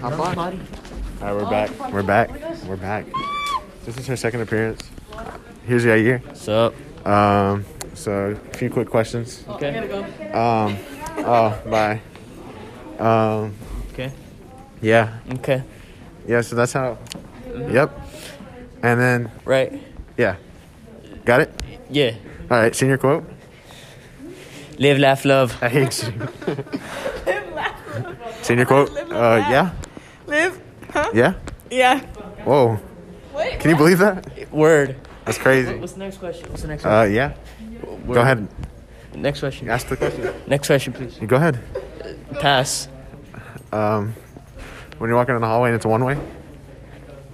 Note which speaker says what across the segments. Speaker 1: Hop on. All right, we're back. We're back. We're back. This is her second appearance. Here's your year.
Speaker 2: What's up?
Speaker 1: Um, so a few quick questions.
Speaker 2: Okay.
Speaker 1: Um, oh, bye. Um,
Speaker 2: Okay.
Speaker 1: yeah,
Speaker 2: Okay.
Speaker 1: yeah. So that's how. Yep. And then
Speaker 2: Right.
Speaker 1: yeah, got it.
Speaker 2: Yeah.
Speaker 1: All right, senior quote.
Speaker 2: Live, laugh, love.
Speaker 1: I hate you. Senior quote. Uh, yeah,
Speaker 3: Live? Huh?
Speaker 1: yeah.
Speaker 3: Yeah.
Speaker 1: Whoa,
Speaker 3: Wait.
Speaker 1: can you believe that?
Speaker 2: Word.
Speaker 1: That's crazy.
Speaker 2: What's the next question? What's the next
Speaker 1: Uh, yeah.
Speaker 2: one?
Speaker 1: Go ahead.
Speaker 2: Next question.
Speaker 1: Ask the question.
Speaker 2: Next question, please.
Speaker 1: Go ahead.
Speaker 2: Pass.
Speaker 1: Um, when you're walking in the hallway and it's one way,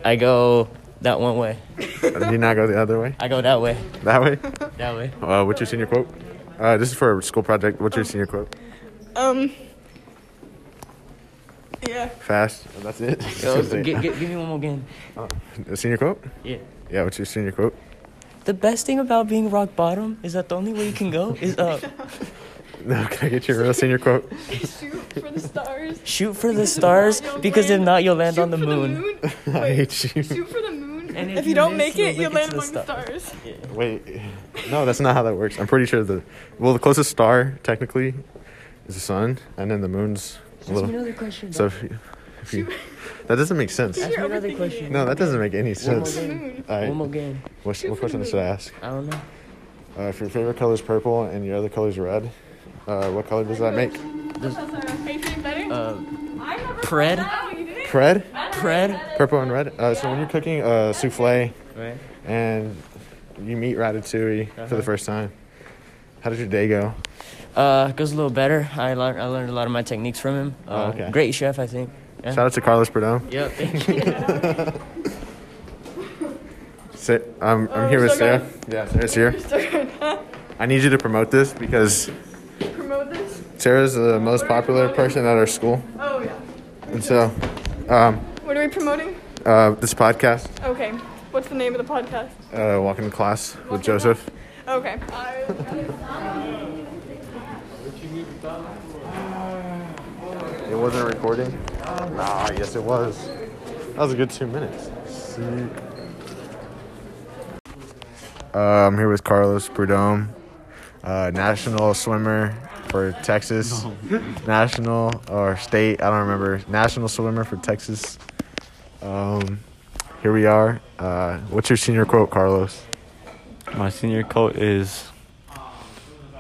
Speaker 2: I go that one way.
Speaker 1: do you not go the other way?
Speaker 2: I go that way.
Speaker 1: That way?
Speaker 2: That way.
Speaker 1: Uh, what's your senior quote? Uh, this is for a school project. What's your senior quote?
Speaker 3: Um. Yeah.
Speaker 1: Fast. That's it.
Speaker 2: Yo, g- g- give me one more game.
Speaker 1: A senior quote?
Speaker 2: Yeah.
Speaker 1: Yeah. What's your senior quote?
Speaker 2: The best thing about being rock bottom is that the only way you can go is uh, up.
Speaker 1: No, can I get your real senior quote?
Speaker 3: Shoot for the stars.
Speaker 2: Shoot for the stars because if not, you'll land
Speaker 3: Shoot
Speaker 2: on the
Speaker 3: for
Speaker 2: moon.
Speaker 1: I hate you.
Speaker 3: Shoot for the moon.
Speaker 2: And
Speaker 3: if,
Speaker 2: if
Speaker 3: you
Speaker 2: you
Speaker 3: don't
Speaker 2: miss,
Speaker 3: make it,
Speaker 2: you'll
Speaker 3: you'll
Speaker 2: make
Speaker 3: land
Speaker 2: it
Speaker 3: among
Speaker 2: to
Speaker 3: the
Speaker 2: the
Speaker 3: stars.
Speaker 1: Wait. No, that's not how that works. I'm pretty sure the well, the closest star technically is the sun, and then the moon's a little.
Speaker 2: another question.
Speaker 1: So if you, if you, that doesn't make sense.
Speaker 2: Ask me another
Speaker 3: Overthinking
Speaker 2: question.
Speaker 1: No, that doesn't make any sense.
Speaker 2: more
Speaker 1: All
Speaker 3: Moon.
Speaker 1: right.
Speaker 2: One more game.
Speaker 1: What, what question should I ask?
Speaker 2: I don't know.
Speaker 1: Uh, if your favorite color is purple and your other color is red, uh, what color does that make?
Speaker 3: Are you feeling better?
Speaker 2: Uh,
Speaker 3: I never
Speaker 2: Pred?
Speaker 3: No, you didn't.
Speaker 1: Red,
Speaker 2: Pred.
Speaker 1: purple, and red. Uh, so when you're cooking a souffle
Speaker 2: Right.
Speaker 1: and you meet ratatouille for the first time, how did your day go?
Speaker 2: Uh, goes a little better. I learned I learned a lot of my techniques from him. Uh,
Speaker 1: Oh, okay.
Speaker 2: Great chef, I think. Yeah.
Speaker 1: Shout out to Carlos Perdón.
Speaker 2: Yep. Thank you.
Speaker 1: Sa- I'm, I'm here
Speaker 3: we're
Speaker 1: with
Speaker 3: still
Speaker 1: Sarah. Yeah, Sarah's here. I need you to promote this because
Speaker 3: Promote this?
Speaker 1: Sarah's the most popular person at our school,
Speaker 3: Oh, yeah.
Speaker 1: and so um,
Speaker 3: What are we promoting?
Speaker 1: uh, this podcast,
Speaker 3: Okay. What's the name of the podcast?
Speaker 1: uh, Walking to Class with Joseph.
Speaker 3: Okay.
Speaker 1: It wasn't recording? Nah, yes it was. That was a good two minutes. Uh, I'm here with Carlos Prudhomme, uh, national swimmer for Texas. National or state, I don't remember. National swimmer for Texas. Um, here we are. Uh, what's your senior quote, Carlos?
Speaker 4: My senior quote is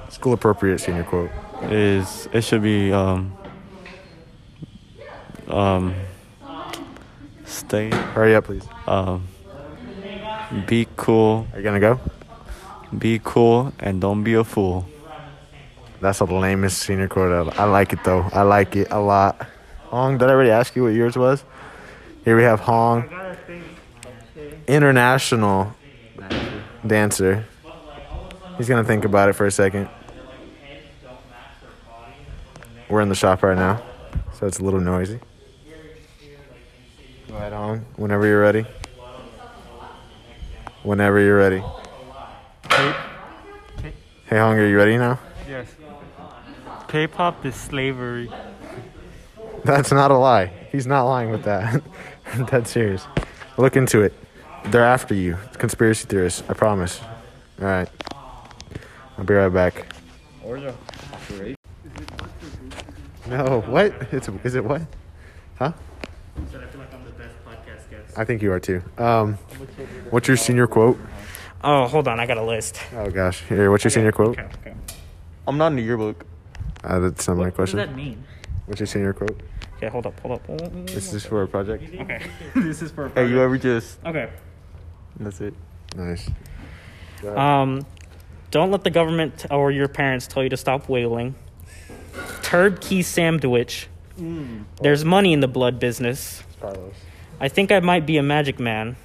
Speaker 1: School appropriate senior quote.
Speaker 4: is it should be um um stay
Speaker 1: Hurry up, please.
Speaker 4: um be cool,
Speaker 1: Are you gonna go?
Speaker 4: be cool and don't be a fool.
Speaker 1: That's the lamest senior quote. ever. I like it though. I like it a lot. Hong, did I already ask you what yours was? Here we have Hong, international dancer. He's gonna think about it for a second. We're in the shop right now, so it's a little noisy. Go ahead, Hong. Whenever you're ready. Whenever you're ready. Hey, Hong, are you ready now?
Speaker 5: Yes. K-pop is slavery.
Speaker 1: That's not a lie. He's not lying with that. That's serious. Look into it. They're after you, conspiracy theorists. I promise. All right. I'll be right back. No, what? It's is it what? Huh?
Speaker 5: So I feel like I'm the best podcast guest.
Speaker 1: I think you are too. Um, what's your senior quote?
Speaker 5: Oh, hold on, I got a list.
Speaker 1: Oh gosh, here. What's your senior quote?
Speaker 5: Okay, okay.
Speaker 4: I'm not in the yearbook.
Speaker 1: Uh, that's not my
Speaker 5: What does
Speaker 1: question.
Speaker 5: that mean?
Speaker 1: What's your senior quote?
Speaker 5: Okay, hold up, hold up.
Speaker 1: Is this for a project?
Speaker 5: Okay, this is for. a
Speaker 4: Hey, you
Speaker 5: project.
Speaker 4: ever just
Speaker 5: Okay.
Speaker 4: that's it.
Speaker 1: Nice.
Speaker 5: Um, don't let the government or your parents tell you to stop wailing. Turkey sandwich. There's money in the blood business.
Speaker 1: Carlos.
Speaker 5: I think I might be a magic man.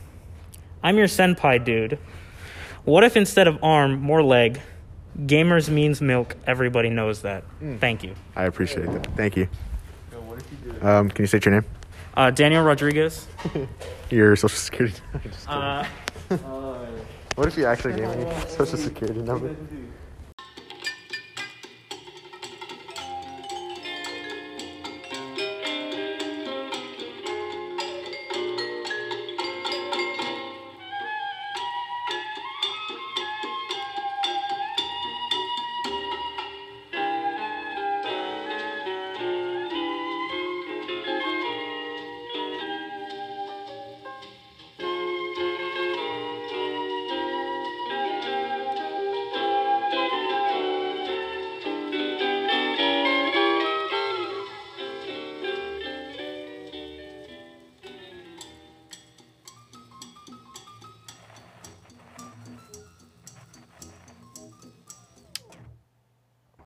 Speaker 5: I'm your senpai dude. What if instead of arm, more leg? Gamers means milk. Everybody knows that.
Speaker 1: Hmm.
Speaker 5: Thank you.
Speaker 1: I appreciate that. Thank you. Um, can you state your name?
Speaker 5: Uh, Daniel Rodriguez.
Speaker 1: Your social security.
Speaker 5: Uh,
Speaker 1: What if you actually gave me social security number?